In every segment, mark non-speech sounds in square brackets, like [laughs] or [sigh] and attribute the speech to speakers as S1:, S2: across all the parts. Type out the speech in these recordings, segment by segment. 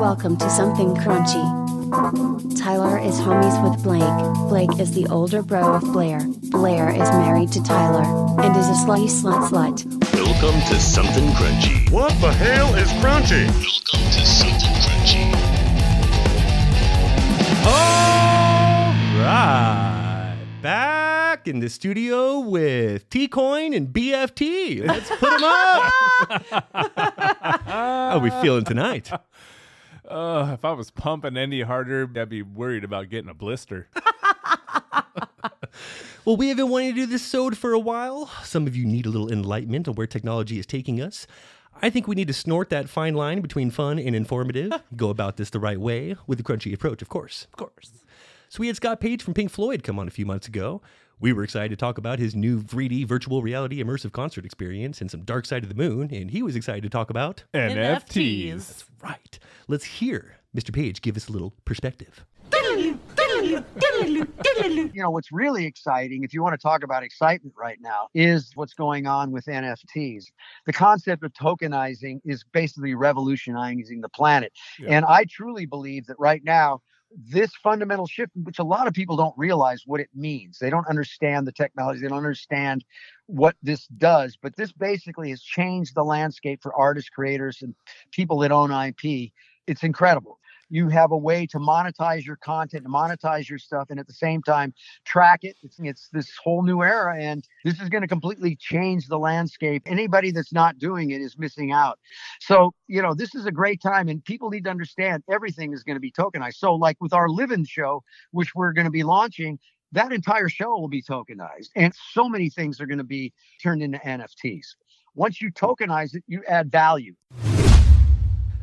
S1: Welcome to Something Crunchy. Tyler is homies with Blake. Blake is the older bro of Blair. Blair is married to Tyler and is a slutty slut slut.
S2: Welcome to Something Crunchy.
S3: What the hell is crunchy?
S2: Welcome to Something Crunchy.
S4: All right, back in the studio with T Coin and BFT. Let's put them up. [laughs] How are we feeling tonight?
S5: Uh, if I was pumping any harder, I'd be worried about getting a
S6: [laughs]
S5: blister.
S4: Well, we have been wanting to do this sode for a while. Some of you need a little enlightenment on where technology is taking us. I think we need to snort that fine line between fun and [laughs] informative. Go about this the right way with a crunchy approach, of course. Of course. So we had Scott Page from Pink Floyd come on a few months ago. We were excited to talk about his new 3D virtual reality immersive concert experience and some Dark Side of the Moon, and he was excited to talk about.
S5: NFTs.
S4: Right. Let's hear Mr. Page give us a little perspective.
S7: you know what's really exciting if you want to talk about excitement right now is what's going on with nfts the concept of tokenizing is basically revolutionizing the planet
S5: Yeah.
S7: and i truly believe that right now this fundamental shift which a lot of people don't realize what it means they don't understand the technology they don't understand what this does but this basically has changed the landscape for artists creators and people that own ip it's incredible you have a way to monetize your content to monetize your stuff and at the same time track it it's, it's this whole new era and this is going to completely change the landscape anybody that's not doing it is missing out so you know this is a great time and people need to understand everything is going to be tokenized so like with our live-in show which we're going to be launching that entire show will be tokenized and so many things are going to be turned into nfts once you tokenize it you add value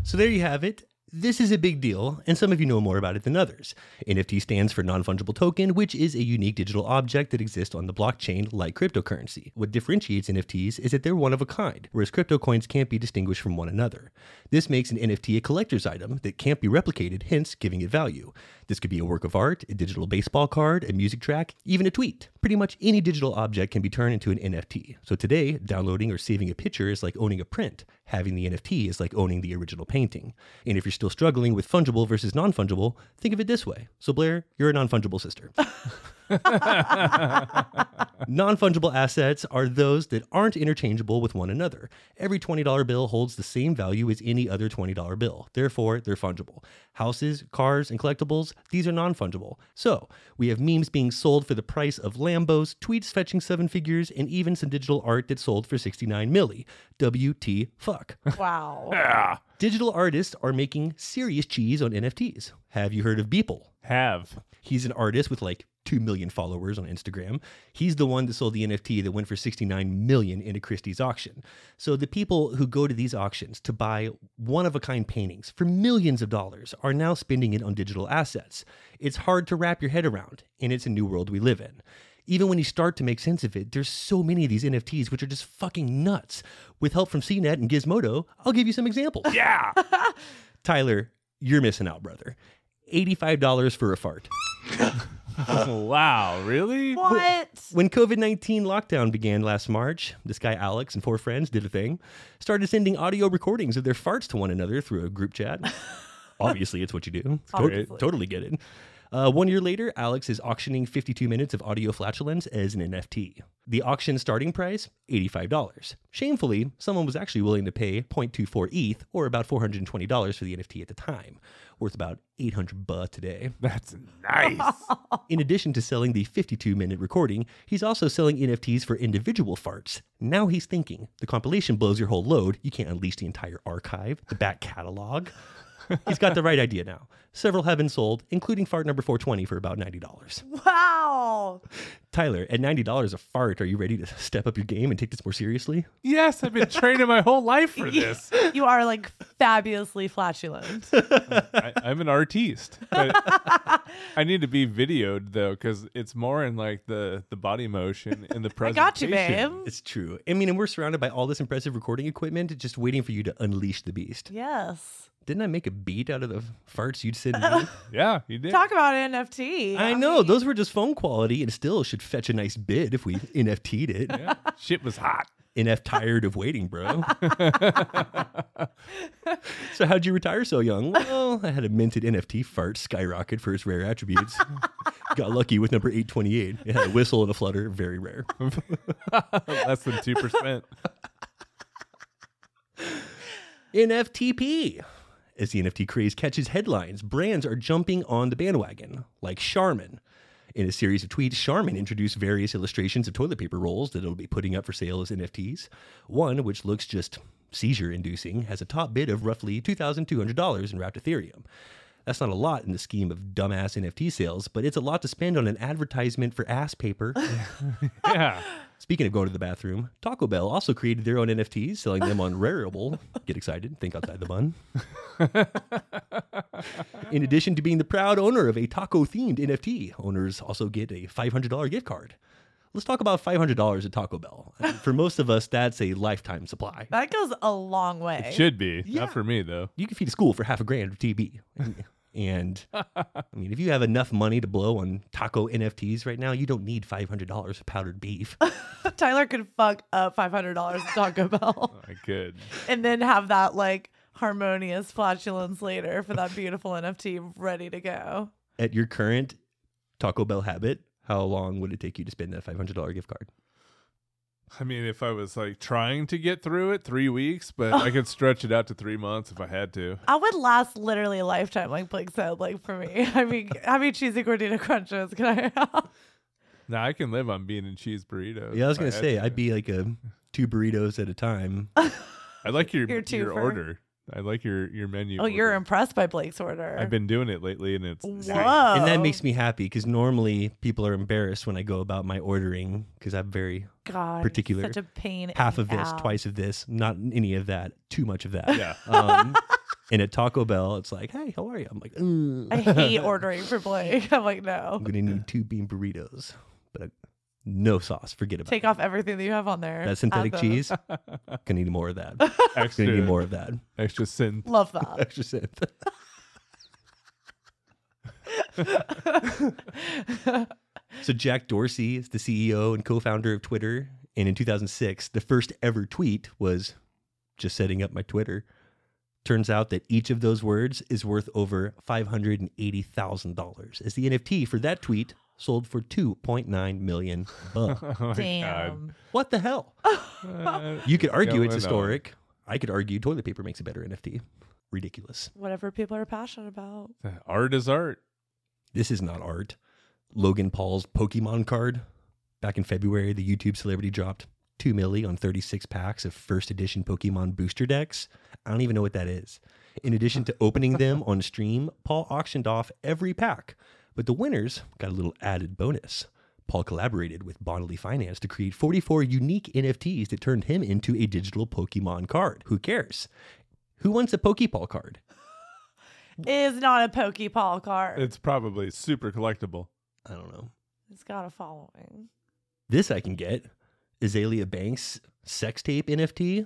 S4: So there you have it. This is a big deal, and some of you know more about it than others. NFT stands for non fungible token, which is a unique digital object that exists on the blockchain like cryptocurrency. What differentiates NFTs is that they're one of a kind, whereas crypto coins can't be distinguished from one another. This makes an NFT a collector's item that can't be replicated, hence giving it value. This could be a work of art, a digital baseball card, a music track, even a tweet. Pretty much any digital object can be turned into an NFT. So today, downloading or saving a picture is like owning a print. Having the NFT is like owning the original painting. And if you're still struggling with fungible versus non fungible, think of it this way. So, Blair, you're a non fungible sister. [laughs] Non fungible assets are those that aren't interchangeable with one another. Every $20 bill holds the same value as any other $20 bill. Therefore, they're fungible. Houses, cars, and collectibles, these are non fungible. So, we have memes being sold for the price of Lambos, tweets fetching seven figures, and even some digital art that sold for 69 milli. WT fuck.
S5: [laughs]
S6: Wow.
S5: Yeah.
S4: Digital artists are making serious cheese on NFTs. Have you heard of Beeple?
S5: Have. [laughs]
S4: He's an artist with like 2 million followers on Instagram. He's the one that sold the NFT that went for 69 million in a Christie's auction. So the people who go to these auctions to buy one of a kind paintings for millions of dollars are now spending it on digital assets. It's hard to wrap your head around, and it's a new world we live in. Even when you start to make sense of it, there's so many of these NFTs which are just fucking nuts. With help from CNET and Gizmodo, I'll give you some examples.
S5: Yeah.
S4: [laughs] Tyler, you're missing out, brother. $85 for a fart.
S5: wow. Really?
S6: What?
S4: When COVID 19 lockdown began last March, this guy Alex and four friends did a thing, started sending audio recordings of their farts to one another through a group chat. Obviously, it's what you do. It's to-
S5: Obviously.
S4: totally get it. Uh, one year later, Alex is auctioning 52 minutes of audio flatulence as an NFT. The auction starting price, $85. Shamefully, someone was actually willing to pay 0.24 ETH, E or about $420 for the NFT at the time, worth about 800 buh today.
S5: That's
S6: [laughs]
S5: nice.
S4: In addition to selling the 52 minute recording, he's also selling NFTs for individual farts. Now he's thinking the compilation blows your whole load. You can't unleash the entire archive, the back [laughs] catalog. he's got the right idea now. Several have been sold, including fart number 420 for about $90.
S6: Wow.
S4: Tyler, at $90 a fart, are you ready to step up your game and take this more seriously?
S5: yes, I've been training my whole life for this.
S6: You are like fabulously flatulent.
S5: I, I'm an artiste.
S6: [laughs]
S5: But I need to be videoed though, because it's more in like the the body motion and the
S6: I
S5: presentation.
S6: got you, babe.
S4: It's true. I mean, and we're surrounded by all this impressive recording equipment, just waiting for you to unleash the beast.
S6: Yes.
S4: Didn't I make a beat out of the farts you'd send [laughs] me?
S5: Yeah, you did.
S6: Talk about NFT.
S4: I know those were just phone quality, and still should fetch a nice bid if we NFT'd it.
S5: Yeah. Shit was hot.
S4: NF tired of waiting, bro. [laughs] so how'd you retire so young? Well, I had a minted NFT fart skyrocket for its rare attributes. Got lucky with number 828. It had a whistle and a flutter, very rare.
S5: Oh, Less than 2%.
S4: NFTP. As the NFT craze catches headlines, brands are jumping on the bandwagon, like Charmin. In a series of tweets, Charmin introduced various illustrations of toilet paper rolls that it'll be putting up for sale as NFTs. One, which looks just seizure inducing, has a top bid of roughly $2,200 in wrapped Ethereum. That's not a lot in the scheme of dumbass NFT sales, but it's a lot to spend on an advertisement for ass paper. [laughs]
S5: Yeah.
S4: Speaking of going to the bathroom, Taco Bell also created their own NFTs, selling them on Rareable. Get excited, think outside the bun. In addition to being the proud owner of a taco themed NFT, owners also get a $500 gift card. Let's talk about $500 at Taco Bell. I mean, For most of us, that's a lifetime supply.
S6: That goes a long way.
S5: It should be.
S4: Yeah.
S5: Not for me, though.
S4: You can feed a school for half a grand of TB. And I mean, if you have enough money to blow on taco NFTs right now, you don't need $500 of powdered beef.
S6: [laughs] Tyler could fuck up five hundred dollars at
S5: [laughs]
S6: Taco Bell
S5: I could.
S6: and then have that like harmonious flatulence later for that beautiful NFT ready to go.
S4: at your current Taco Bell habit, how long would it take you to spend that five hundred dollar gift card?
S5: I mean, if I was like trying to get through it, three weeks, but I could stretch it out to three months if I had to.
S6: I would last literally a lifetime, like Blake said. Like for me, [laughs] I mean, how many cheesy gordita crunches can I have?
S5: Now I can live on bean and cheese burritos.
S4: Yeah, I was
S5: if
S4: gonna
S5: had
S4: say
S5: to.
S4: I'd be like a two burritos at a time.
S6: Oh.
S5: I like your
S6: Your
S5: your,
S6: twofer.
S5: order. I like your your menu.
S6: Oh, you're
S5: order.
S6: impressed by Blake's order.
S5: I've been doing it lately, and it's
S6: Whoa.
S4: And that makes me happy because normally people are embarrassed when I go about my ordering because I'm very
S6: God
S4: particular.
S6: such a pain. in
S4: half
S6: the
S4: of this,
S6: ass.
S4: twice of this, not any of that, too much of that.
S6: [laughs]
S5: yeah.
S4: [laughs] Um, and at Taco Bell, it's like, hey, how are you? I'm like, "Mm, [laughs]
S6: I hate ordering for Blake. [laughs] I'm like, no.
S4: I'm gonna need two bean burritos, but I- no sauce. Forget about
S6: Take
S4: it.
S6: off everything that you have on there.
S4: that
S6: Add
S4: synthetic
S6: those. [laughs]
S4: cheese. Gonna need more of that.
S5: Extra,
S4: Gonna need more of that.
S5: extra synth.
S4: [laughs]
S6: Love that.
S4: Extra synth. So Jack Dorsey is the CEO and co-founder of Twitter, and in 2006, the first ever tweet was just setting up my Twitter. Turns out that each of those words is worth over $580,000 as the NFT for that tweet sold for 2.9 million
S5: [laughs]
S4: bucks.
S5: [laughs] Oh my
S6: Damn.
S4: what the hell?
S5: God. Uh,
S4: You could argue
S5: Yeah,
S4: it's
S5: I know.
S4: historic. I could argue toilet paper makes a better NFT. Ridiculous.
S6: Whatever people are passionate about.
S5: art is art.
S4: This is not art. Logan Paul's Pokemon card. Back in February, the YouTube celebrity dropped 2 milli on 36 packs of first edition Pokemon booster decks. I don't even know what that is. In addition to opening them on stream, Paul auctioned off every pack, but the winners got a little added bonus. Paul collaborated with Bodily Finance to create 44 unique NFTs that turned him into a digital Pokemon card. Who cares? Who wants a Pokeball card?
S6: Is not a pokey Paul card.
S5: It's probably super collectible.
S4: I don't know.
S6: it's got a following.
S4: This I can get. Azalea Banks sex tape NFT.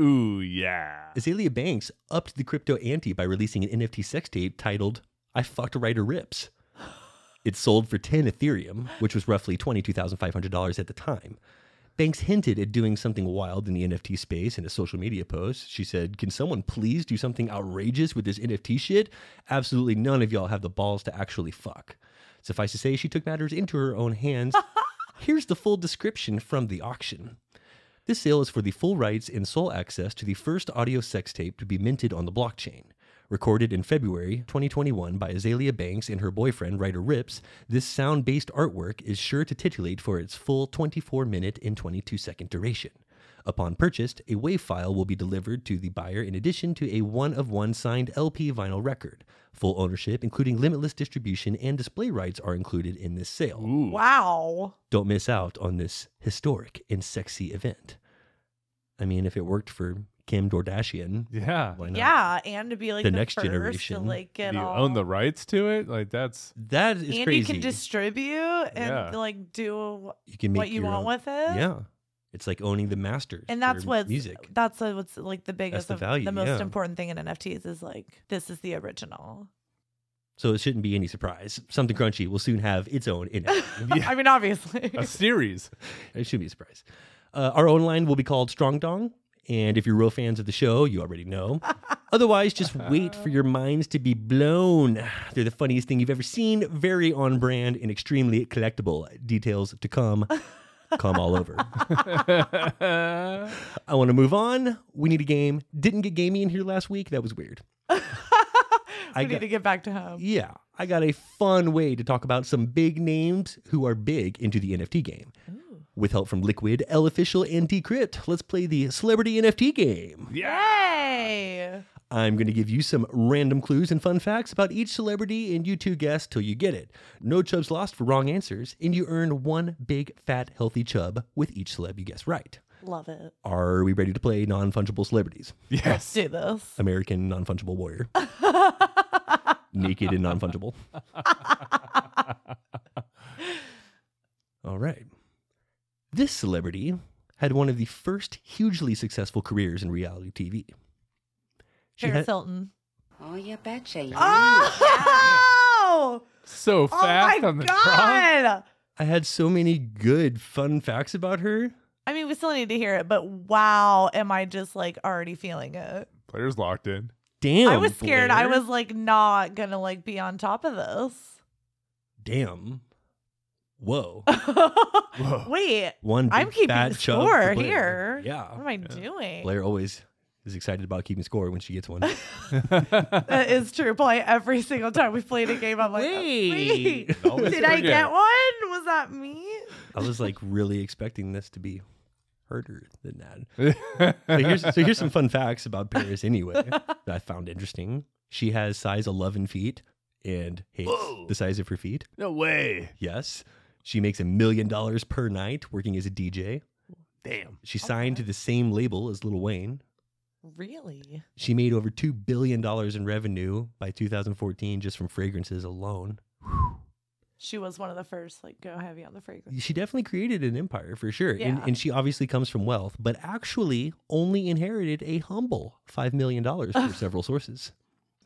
S5: Ooh yeah.
S4: Azalea Banks upped the crypto ante by releasing an NFT sex tape titled I Fucked Writer Rips. It sold for 10 Ethereum, which was roughly $22,500 at the time. Banks hinted at doing something wild in the NFT space in a social media post. She said, Can someone please do something outrageous with this NFT shit? Absolutely none of y'all have the balls to actually fuck. Suffice to say, she took matters into her own hands. Here's the full description from the auction. This sale is for the full rights and sole access to the first audio sex tape to be minted on the blockchain. Recorded in February 2021 by Azalea Banks and her boyfriend, Ryder Rips, this sound based artwork is sure to titillate for its full 24 minute and 22 second duration. Upon purchase, a WAV file will be delivered to the buyer in addition to a one of one signed LP vinyl record. Full ownership, including limitless distribution and display rights, are included in this sale.
S6: Wow.
S4: Don't miss out on this historic and sexy event. I mean, if it worked for Kim Dordashian,
S5: Yeah.
S4: why not?
S6: Yeah, and to be like
S4: The
S6: the,
S4: next
S6: first
S4: generation.
S6: to like get
S5: Do you
S6: all.
S5: own the rights to it? Like that's
S4: That is
S6: and
S4: crazy.
S6: you can distribute and
S5: Yeah.
S6: like do
S4: You can make
S6: what you
S4: your
S6: want
S4: own-
S6: with it.
S4: Yeah. It's like owning the masters.
S6: and that's
S4: for
S6: what's
S4: music.
S6: That's uh, what's like the biggest,
S4: the
S6: of-
S4: value,
S6: most
S4: yeah.
S6: important thing in NFTs is like this is the original. [laughs]
S4: So it shouldn't be any surprise. Something crunchy will soon have its own in [laughs]
S6: [laughs] I mean, obviously.
S5: a series.
S6: [laughs]
S4: It shouldn't be a surprise. Uh, our own line will be called Strong Dong. And if you're real fans of the show, you already know. Otherwise, just wait for your minds to be blown. They're the funniest thing you've ever seen, very on brand and extremely collectible. Details to come. Come all over. I want to move on. We need a game. Didn't get gamey in here last week. That was weird.
S6: we
S4: I
S6: need
S4: got,
S6: to get back to home.
S4: yeah, I got a fun way to talk about some big names who are big into the NFT game. With help from Liquid, L Official, and Decrypt, let's play the celebrity NFT game.
S6: Yay!
S4: I'm going to give you some random clues and fun facts about each celebrity, and you two guess till you get it. No chubs lost for wrong answers, and you earn one big, fat, healthy chub with each celeb you guess right.
S6: Love it.
S4: Are we ready to play non fungible celebrities?
S6: Let's
S5: Yes.
S6: do this.
S4: American non fungible warrior.
S6: [laughs]
S4: Naked and non fungible. [laughs] All right. This celebrity had one of the first hugely successful careers in reality TV. She
S6: Paris
S4: had-
S6: Hilton.
S8: Oh, you betcha. You.
S6: Oh!
S5: [laughs] So
S6: Oh my
S5: fast on the draw.
S6: god!
S4: I had so many good fun facts about her.
S6: I mean, we still need to hear it, but wow, am I just like already feeling it?
S5: Players locked in.
S4: Damn.
S6: I was scared. I
S4: Blair.
S6: was like not gonna like be on top of this. [laughs]
S4: Damn.
S6: [laughs]
S4: Whoa.
S5: [laughs]
S6: Wait,
S4: One
S6: I'm
S4: big
S6: keeping
S4: fat chub for
S6: score
S4: Blair.
S6: here. Oh
S4: Yeah.
S6: what am I doing?
S4: Blair always is excited about keeping score when she gets
S6: [laughs]
S4: one.
S6: That is true. Probably every single time we played a game, I'm like, oh,
S4: Wait. [laughs]
S6: wait,
S5: Always
S6: did I
S5: forget.
S6: get one? Was that me?
S4: I was like really expecting this to be harder than that.
S5: [laughs]
S4: So here's, so here's some fun facts about Paris anyway that I found interesting. She has size 11 feet and hates the size of her feet.
S5: no way.
S4: Yes. She makes a million dollars per night working as a DJ.
S5: Damn.
S4: She signed to the same label as Lil Wayne.
S6: Really?
S4: She made over $2 billion in revenue by 2014 just from fragrances alone.
S6: She was one of the first, like, go heavy on the fragrance.
S4: She definitely created an empire for sure. And,
S6: Yeah.
S4: and she obviously comes from wealth, but actually only inherited a humble $5 million
S6: [laughs]
S4: from several sources.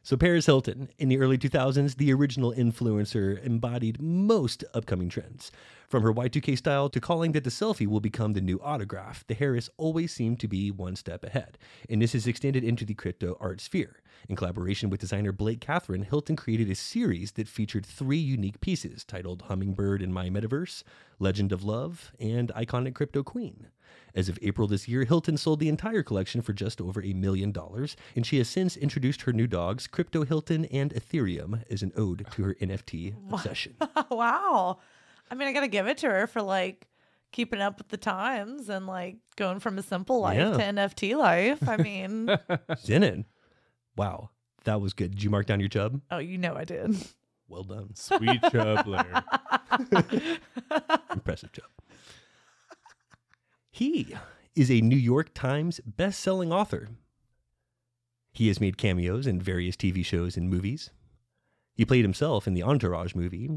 S4: So, Paris Hilton, in the early 2000s, the original influencer embodied most upcoming trends. From her Y2K style to calling that the selfie will become the new autograph, the Harris always seemed to be one step ahead. And this is extended into the crypto art sphere. In collaboration with designer Blake Catherine, Hilton created a series that featured three unique pieces titled Hummingbird in My Metaverse, Legend of Love, and Iconic Crypto Queen. As of April this year, Hilton sold the entire collection for just over a million dollars, and she has since introduced her new dogs, Crypto Hilton and Ethereum, as an ode to her NFT obsession.
S6: [laughs] wow. I mean, I gotta give it to her for like keeping up with the times and like going from a simple life
S4: Yeah.
S6: to NFT life. I mean, [laughs]
S4: Zenon. Wow, that was good. Did you mark down your chub?
S6: oh, you know I did.
S4: Well done.
S5: Sweet chub Blair.
S4: Impressive job. He is a New York Times best-selling author. He has made cameos in various TV shows and movies. He played himself in the Entourage movie.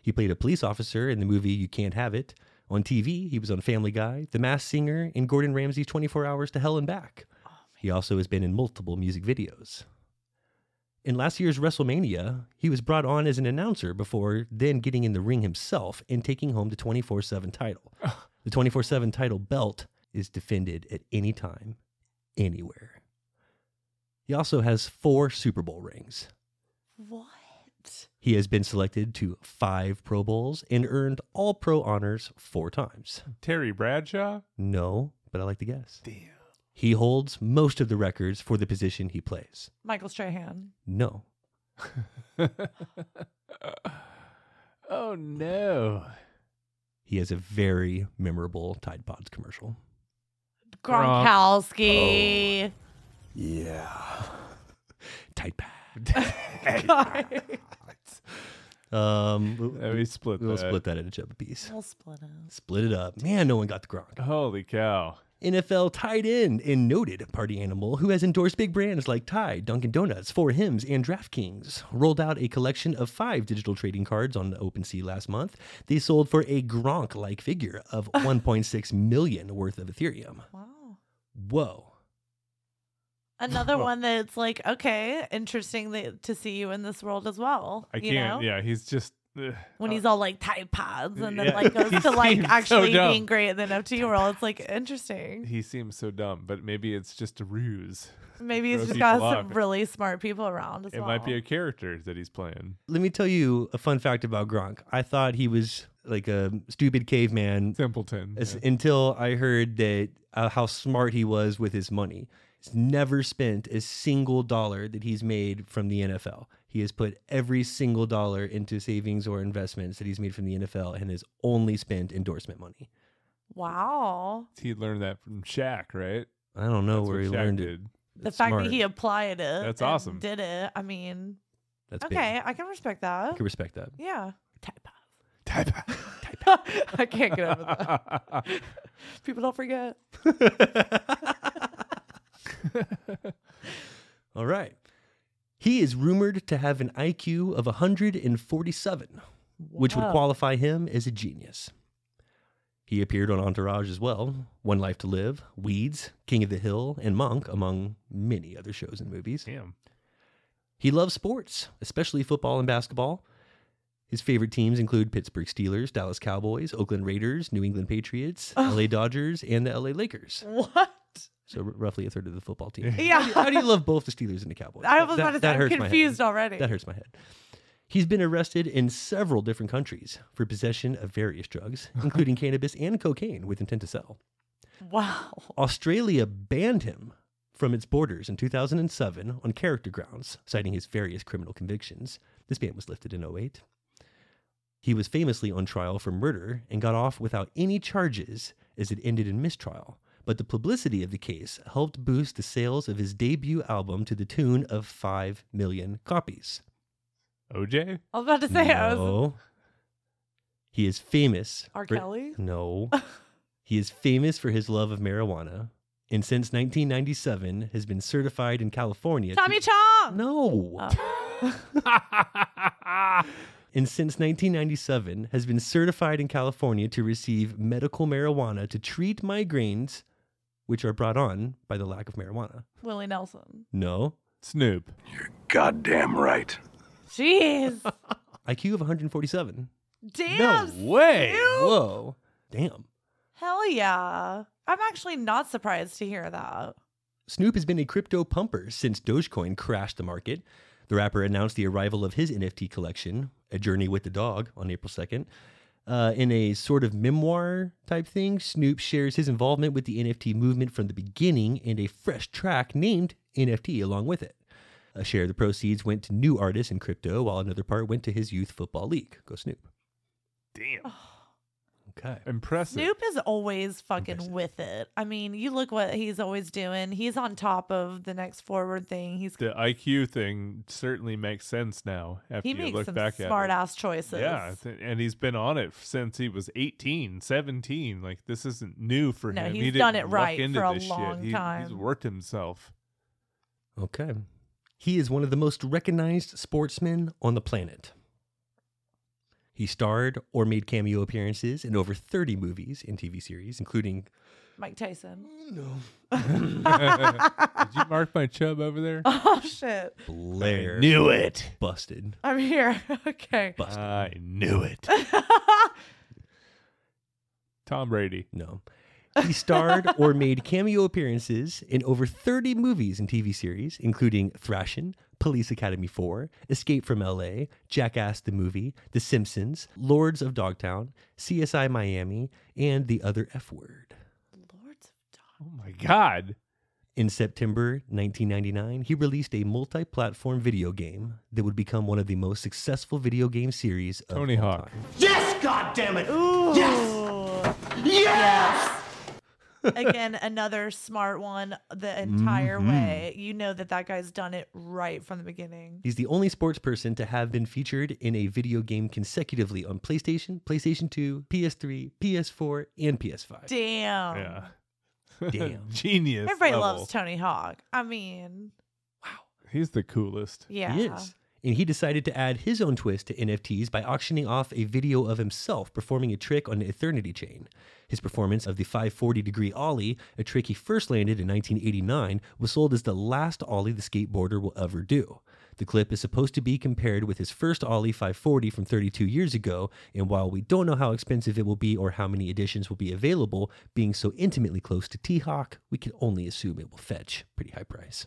S4: He played a police officer in the movie You Can't Have It. On TV, he was on Family Guy, The Masked Singer, and Gordon Ramsay's 24 Hours to Hell and Back. He also has been in multiple music videos. In last year's WrestleMania, he was brought on as an announcer before then getting in the ring himself and taking home the 24 7 title. The 24 7 title belt is defended at any time, anywhere. He also has four Super Bowl rings.
S6: What?
S4: He has been selected to five Pro Bowls and earned all pro honors four times.
S5: Terry Bradshaw. [laughs]
S4: No, but I like to guess. Damn. He holds most of the records for the position he plays.
S6: Michael Strahan.
S4: No.
S5: oh no.
S4: He has a very memorable Tide Pods commercial.
S5: Gronk.
S6: Gronkowski.
S4: Tide Pod.
S6: [laughs]
S4: um,
S5: Yeah,
S4: we'll,
S5: we split
S4: we'll
S5: that.
S4: split that into chub apiece.
S6: We'll split us.
S4: Split it up. Man, no one got the Gronk.
S5: Holy cow.
S4: NFL tight end and noted party animal who has endorsed big brands like Tide, Dunkin' Donuts, 4 Hims, and DraftKings, rolled out a collection of five digital trading cards on OpenSea last month. They sold for a Gronk-like figure of 1.6 million worth of Ethereum.
S6: Wow.
S4: Whoa.
S5: [laughs]
S6: Another one that's like, okay, interesting that, to see you in this world as well.
S5: I
S6: you
S5: can't.
S6: Know?
S5: Yeah, he's just uh, Ugh.
S6: when he's all like Tide Pods and then
S5: Yeah.
S6: like
S5: [laughs]
S6: goes
S5: He
S6: to like
S5: seems so
S6: actually
S5: dumb.
S6: being great in the NFT world. It's like
S5: [laughs]
S6: interesting.
S5: He seems so dumb, but maybe it's just a ruse.
S6: Maybe he's
S5: throws
S6: just got
S5: people
S6: some
S5: off.
S6: really smart people around as
S5: It
S6: well.
S5: might be a character that he's playing.
S4: Let me tell you a fun fact about Gronk. I thought he was like a stupid caveman
S5: Simpleton.
S4: as-
S5: yeah.
S4: until I heard that uh, how smart he was with his money. He's never spent a single dollar that he's made from the NFL. He has put every single dollar into savings or investments that he's made from the NFL and has only spent endorsement money.
S6: wow.
S5: He learned that from Shaq, right?
S4: I don't know
S5: That's
S4: Oh, where
S5: what
S4: he
S5: Shaq
S4: learned it.
S5: did.
S6: The
S4: That's
S6: fact
S4: smart.
S6: that he applied it.
S5: That's
S6: and
S5: awesome.
S6: Did it. I mean,
S4: That's big.
S6: okay, I can respect that.
S4: I can respect
S6: [laughs]
S4: that. [laughs]
S6: yeah. Tide Pods.
S5: Type.
S6: [laughs] I can't get over that. People don't forget.
S4: All right. He is rumored to have an IQ of 147, which would
S6: Wow.
S4: qualify him as a genius. He appeared on Entourage as well, One Life to Live, Weeds, King of the Hill, and Monk, among many other shows and
S5: [laughs]
S4: movies.
S5: Damn.
S4: He loves sports, especially football and basketball. His favorite teams include Pittsburgh Steelers, Dallas Cowboys, Oakland Raiders, New England Patriots,
S6: Oh.
S4: LA Dodgers, and the LA Lakers.
S6: What?
S4: So r- roughly a third of the football team.
S6: [laughs] Yeah.
S4: How do you love both the Steelers and the Cowboys?
S6: I was
S4: That-
S6: about to say,
S4: that
S6: I'm
S4: hurts my head.
S6: confused already.
S4: That hurts my head. He's been arrested in several different countries for possession of various drugs, including cannabis and cocaine with intent to sell.
S6: Wow.
S4: Australia banned him from its borders in 2007 on character grounds, citing his various criminal convictions. This ban was lifted in 08. He was famously on trial for murder and got off without any charges as it ended in mistrial. But the publicity of the case helped boost the sales of his debut album to the tune of 5 million copies.
S5: OJ?
S6: I was about [laughs] to say, I was
S4: No. He is famous.
S6: R.
S4: for-
S6: Kelly? [laughs]
S4: No. he is famous for his love of marijuana and since 1997 has been certified in California.
S6: Tommy Chong.
S4: No.
S6: Oh.
S4: [laughs] and since 1997 has been certified in California to receive medical marijuana to treat migraines which are brought on by the lack of marijuana.
S6: Willie Nelson.
S4: No.
S5: Snoop.
S2: Goddamn right.
S5: [laughs]
S6: Jeez.
S4: IQ of 147.
S6: Damn.
S5: way.
S4: Whoa. Damn.
S6: Hell yeah. I'm actually not surprised to hear that.
S4: Snoop has been a crypto pumper since Dogecoin crashed the market. The rapper announced the arrival of his NFT collection, A Journey with the Dog, on April 2nd. Uh, in a sort of memoir type thing, Snoop shares his involvement with the NFT movement from the beginning and a fresh track named NFT along with it. A share of the proceeds went to new artists in crypto, while another part went to his youth football league. Go Snoop.
S5: Damn.
S4: Okay.
S5: Impressive.
S6: Oh, Snoop is always fucking
S4: Impressive.
S6: with it. I mean, you look what he's always doing. He's on top of the next forward thing. He's
S5: The IQ thing certainly makes sense now after
S6: he
S5: you
S6: makes
S5: look
S6: some
S5: back
S6: smart
S5: at it.
S6: ass choices.
S5: Yeah, th- and he's been on it since he was 18, 17. Like this isn't new for
S6: No,
S5: him.
S6: he's
S5: he didn't
S6: done it
S5: luck
S6: right
S5: into
S6: for a
S5: this shit.
S6: long
S5: He- He's
S6: time.
S5: worked
S6: [laughs]
S5: himself. [laughs]
S4: Okay. He is one of the most recognized sportsmen on the planet. He starred or made cameo appearances in over 30 movies and TV series, including.
S6: Mike Tyson.
S5: [laughs]
S6: [laughs]
S4: No.
S5: Did you mark my chub over
S6: [laughs]
S5: there?
S6: Oh shit.
S4: Blair.
S5: knew it. Uh.
S4: Busted.
S6: I'm here. [laughs] okay.
S4: Busted.
S5: I knew it. Tom Brady.
S4: No. He starred or made cameo appearances in over 30 movies and TV series, including Thrashin', Police Academy 4, Escape from LA, Jackass the Movie, The Simpsons, Lords of Dogtown, CSI Miami, and The Other F Word.
S6: Lords of
S5: Oh my God.
S4: In September 1999, he released a multi platform video game that would become one of the most successful video game series of
S5: Tony
S4: all
S5: Hawk.
S4: time.
S6: Dog. Yes. Yes. Again, another smart one the entire way. You know that that guy's done it right from the beginning.
S4: He's the only sports person to have been featured in a video game consecutively on PlayStation, PlayStation 2, PS3, PS4, and PS5.
S6: Damn.
S5: Yeah.
S4: Damn.
S5: [laughs] Genius.
S6: Um, Everybody
S5: level.
S6: loves Tony Hawk. I mean,
S5: He's the coolest.
S6: yeah.
S4: He is. And he decided to add his own twist to NFTs by auctioning off a video of himself performing a trick on the Eternity Chain. His performance of the 540 degree Ollie, a trick he first landed in 1989, was sold as the last Ollie the skateboarder will ever do. The clip is supposed to be compared with his first Ollie 540 from 32 years ago, and while we don't know how expensive it will be or how many editions will be available, being so intimately close to T Hawk, we can only assume it will fetch pretty high price.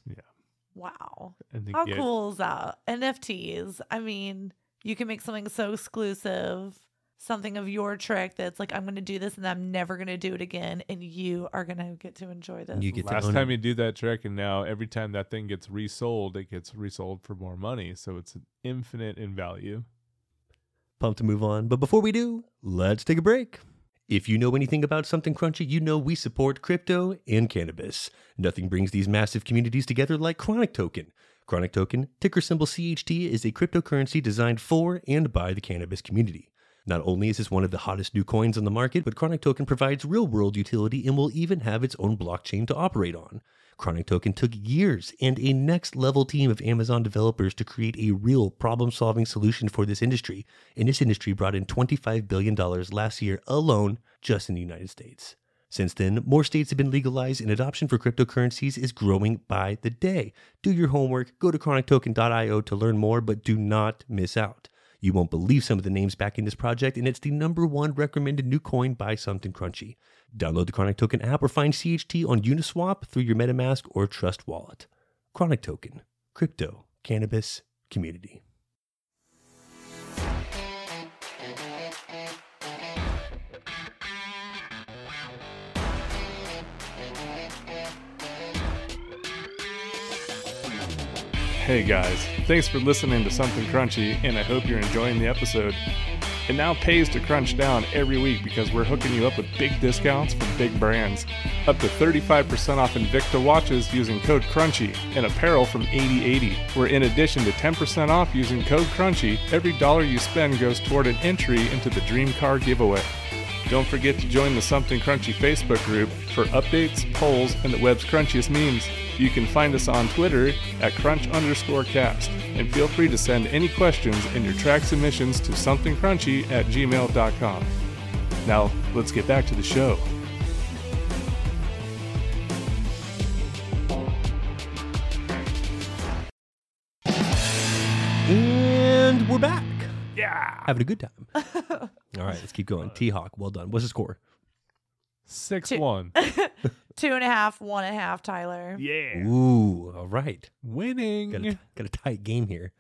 S6: Wow.
S5: I think
S6: How
S5: it-
S6: cool is that? NFTs. I mean, you can make something so exclusive, something of your trick that's like, I'm going to do this and I'm never going to do it again. And you are going to get to enjoy this.
S4: You get to
S5: Last
S4: own
S5: time
S4: it.
S5: you do that trick, and now every time that thing gets resold, it gets resold for more money. So it's infinite in value.
S4: pumped to move on. But before we do, let's take a break. If you know anything about something crunchy, you know we support crypto and cannabis. Nothing brings these massive communities together like Chronic Token. Chronic Token, ticker symbol CHT, is a cryptocurrency designed for and by the cannabis community. Not only is this one of the hottest new coins on the market, but Chronic Token provides real world utility and will even have its own blockchain to operate on. Chronic Token took years and a next level team of Amazon developers to create a real problem solving solution for this industry, and this industry brought in $25 billion last year alone just in the United States. Since then, more states have been legalized, and adoption for cryptocurrencies is growing by the day. Do your homework, go to chronictoken.io to learn more, but do not miss out. You won't believe some of the names backing this project, and it's the number one recommended new coin by Something Crunchy. Download the Chronic Token app or find CHT on Uniswap through your MetaMask or Trust wallet. Chronic Token, crypto, cannabis, community.
S5: Hey guys, thanks for listening to Something Crunchy, and I hope you're enjoying the episode. It now pays to crunch down every week because we're hooking you up with big discounts from big brands. Up to 35% off Invicta watches using code CRUNCHY and apparel from 8080. We're in addition to 10% off using code CRUNCHY. Every dollar you spend goes toward an entry into the Dream Car giveaway. Don't forget to join the Something Crunchy Facebook group for updates, polls, and the web's crunchiest memes. You can find us on Twitter at crunch underscore cast. And feel free to send any questions and your track submissions to somethingcrunchy at gmail.com. Now, let's get back to the show.
S4: And we're back.
S5: Yeah!
S4: Having a good time. [laughs] All right, let's keep going. T Hawk, well done. What's the score?
S5: 6
S4: [laughs]
S6: Two.
S5: 1.
S6: Two and a half, one and a half, Tyler.
S5: Yeah!
S4: Ooh, all right. Got a,
S5: Winning!
S4: got a tight game here.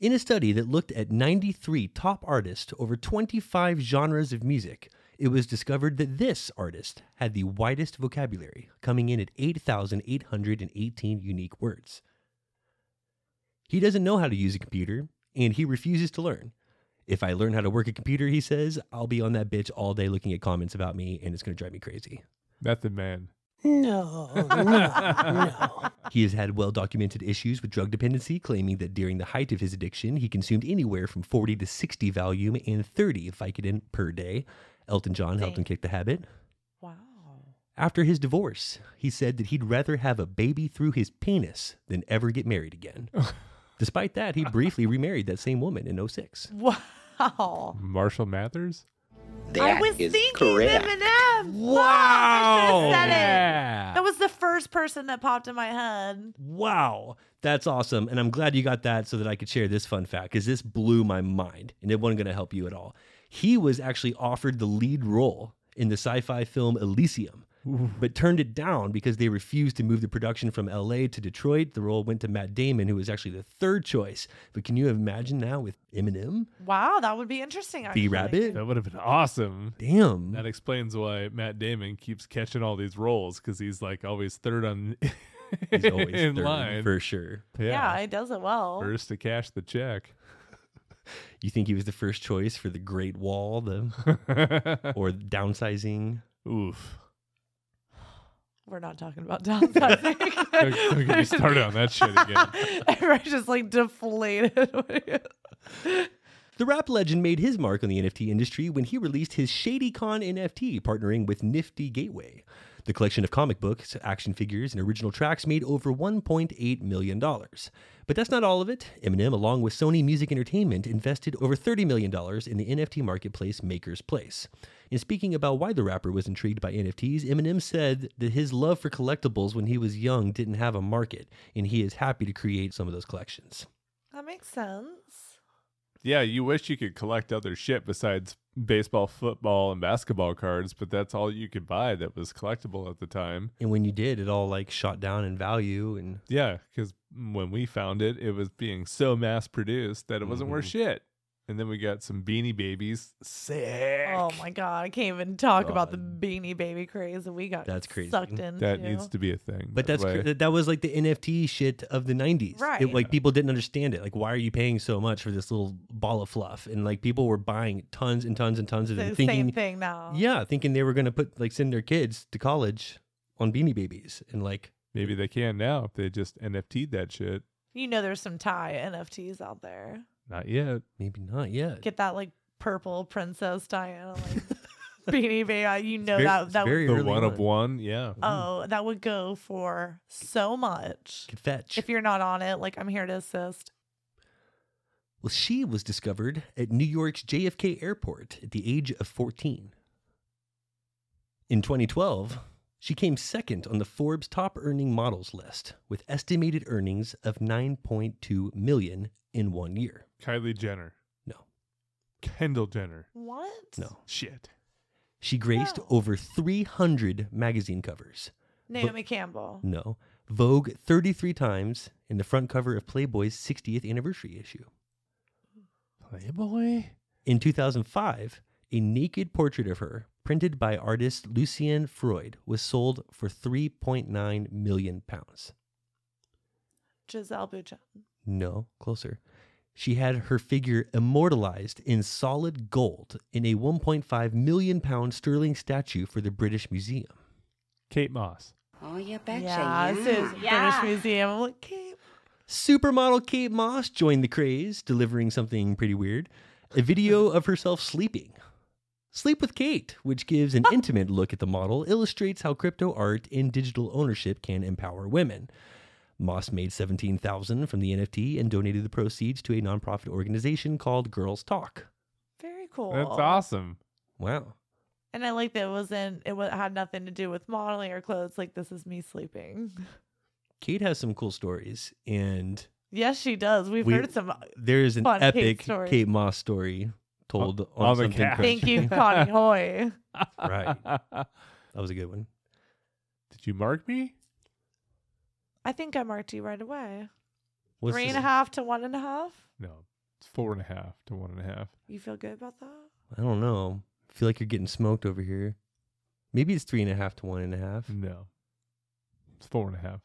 S4: In a study that looked at 93 top artists over 25 genres of music, it was discovered that this artist had the widest vocabulary, coming in at 8,818 unique words. He doesn't know how to use a computer, and he refuses to learn. If I learn how to work a computer, he says, I'll be on that bitch all day looking at comments about me, and it's going to drive me crazy.
S5: Method Man.
S4: He has had well documented issues with drug dependency, claiming that during the height of his addiction, he consumed anywhere from 40 to 60 Valium and 30 Vicodin per day. Elton John helped him
S6: Dang.
S4: kick the habit.
S6: Wow.
S4: After his divorce, he said that he'd rather have a baby through his penis than ever get married
S6: [laughs]
S4: again. Despite that, he briefly remarried that same woman in 06.
S6: Wow.
S5: Marshall Mathers?
S6: I was thinking Eminem. Wow. I should have said it. That was the first person that popped in my head.
S4: Wow, that's awesome. And I'm glad you got that so that I could share this fun fact because this blew my mind and it wasn't going to help you at all. He was actually offered the lead role in the sci fi film Elysium, but turned it down because they refused to move the production from LA to Detroit. The role went to Matt Damon, who was actually the third choice. But can you imagine now with Eminem?
S6: Wow, that would be interesting. actually.
S4: B Rabbit?
S5: That would have been awesome.
S4: Damn.
S5: That explains why Matt Damon keeps catching all these roles because he's like always third on [laughs]
S4: He's always
S5: in
S4: third,
S5: line.
S4: for sure.
S6: Yeah, he does it well.
S5: first to cash the
S6: [laughs]
S5: check.
S4: You think he was the first choice for the Great Wall, the or [laughs] downsizing?
S6: [laughs]
S5: Oof!
S6: We're not talking about downsizing.
S5: [laughs] Don't, don't get me started on that shit
S6: [laughs]
S5: again.
S6: Everyone's just like deflated. [laughs]
S4: The rap legend made his mark on the NFT industry when he released his ShadyCon NFT, partnering with Nifty Gateway. The collection of comic books, action figures, and original tracks made over $1.8 million. But that's not all of it. Eminem, along with Sony Music Entertainment, invested over $30 million in the NFT marketplace Maker's Place. In speaking about why the rapper was intrigued by NFTs, Eminem said that his love for collectibles when he was young didn't have a market, and he is happy to create some of those collections.
S6: That makes sense.
S5: Yeah, you wish you could collect other shit besides baseball, football, and basketball cards, but that's all you could buy that was collectible at the time.
S4: And when you did, it all like shot down in value and
S5: Yeah, because when we found it, it was being so mass produced that it wasn't worth
S4: Mhm.
S6: Mm-hmm.
S5: shit. And then we got some beanie babies. Sick.
S6: Oh my god, I can't even talk about the
S4: God.
S6: beanie baby craze that we got
S4: That's crazy.
S6: sucked into.
S5: That needs to be a thing.
S4: But
S5: by
S4: that's
S5: the way.
S4: cr- that was like the NFT shit of the '90s. It,
S6: Right.
S4: like people didn't understand it. Like, why are you paying so much for this little ball of fluff? And like people were buying tons and tons and tons of
S6: the
S4: it,
S6: same
S4: thinking,
S6: thing now.
S4: yeah, thinking they were gonna put like send their kids to college on Beanie Babies, and like
S5: maybe they can now if they just NFT'd that shit.
S6: You know there's some Thai NFTs out there.
S5: Not yet.
S4: maybe not yet.
S6: Get that like purple princess Diana like
S4: [laughs]
S6: beanie baby. You know
S5: very-
S6: that
S4: It's
S6: that
S4: very
S5: The
S4: early
S5: one of
S4: on.
S5: one. Yeah.
S6: oh, that would go for so much.
S4: could fetch.
S6: If you're not on it, like I'm here to assist.
S4: well, she was discovered at New York's JFK Airport at the age of 14. In 2012, she came second on the Forbes top earning models list with estimated earnings of 9.2 million in one year.
S5: Kylie Jenner.
S4: No,
S5: Kendall Jenner.
S6: What?
S4: no.
S5: Shit.
S4: She graced
S6: No.
S4: over 300 magazine covers.
S6: Naomi Campbell.
S4: No. Vogue 33 times in the front cover of Playboy's 60th anniversary issue.
S5: Playboy?
S4: In 2005, a naked portrait of her, printed by artist Lucien Freud, was sold for 3.9 million pounds.
S6: Giselle Bündchen.
S4: No, closer. She had her figure immortalized in solid gold in a 1.5 million pound sterling statue for the British Museum.
S5: Kate Moss.
S8: Oh, you betcha.
S6: Yeah, this is
S9: Yeah.
S6: British Museum. I'm like, "Okay,
S4: Supermodel Kate Moss joined the craze, delivering something pretty weird a
S6: [laughs]
S4: video of herself sleeping. Sleep with Kate, which gives
S6: [laughs]
S4: an intimate look at the model, illustrates how crypto art and digital ownership can empower women. Moss made 17,000 from the NFT and donated the proceeds to a nonprofit organization called Girls Talk.
S6: very cool.
S5: That's awesome.
S4: Wow.
S6: And I like that it wasn't it wa- had nothing to do with modeling or clothes. Like this is me sleeping. [laughs]
S4: Kate has some cool stories and
S6: Yes, she does. We've
S4: We-
S6: heard some.
S4: there is an
S6: Fun Kate
S4: epic
S6: story.
S4: Kate Moss story told on,
S5: on the
S4: Something
S5: couch.
S4: Crunchy.
S6: Thank you, Connie Hoy.
S5: [laughs]
S4: Right. [laughs] That was a good one.
S5: Did you mark me?
S6: I think I marked you right away.
S4: What's
S6: Three
S4: this-
S6: and a half to one and a half.
S5: No. It's four and a half to one and a half.
S6: You feel good about that?
S4: I don't know. I feel like you're getting smoked over here. Maybe it's three and a half to one and a half.
S5: No. It's four and a half.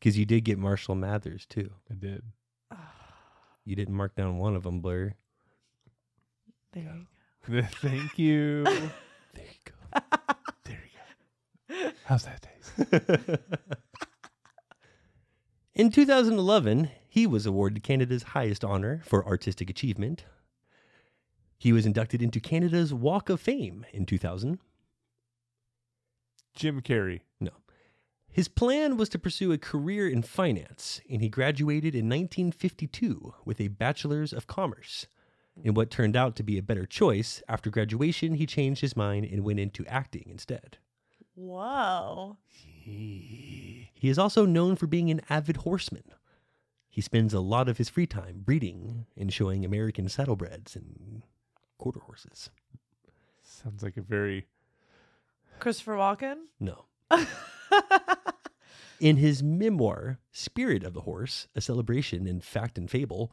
S4: Because you did get Marshall Mathers too.
S5: I did. [laughs]
S4: You didn't mark down one of them, Blur.
S6: There you
S5: Thank
S6: [laughs]
S5: you.
S4: There you go.
S5: There you go. How's that
S6: [laughs]
S5: taste?
S4: [laughs] In 2011, he was awarded Canada's highest honor for artistic achievement. He was inducted into Canada's Walk of Fame in 2000.
S5: Jim Carrey.
S4: No. His plan was to pursue a career in finance, and he graduated in 1952 with a Bachelor's of Commerce. In what turned out to be a better choice, after graduation, he changed his mind and went into acting instead.
S6: Whoa.
S4: He is also known for being an avid horseman. He spends a lot of his free time breeding and showing American saddlebreds and quarter horses.
S5: Sounds like a very
S6: Christopher Walken.
S4: No. In his memoir, Spirit of the Horse, a celebration in fact and fable,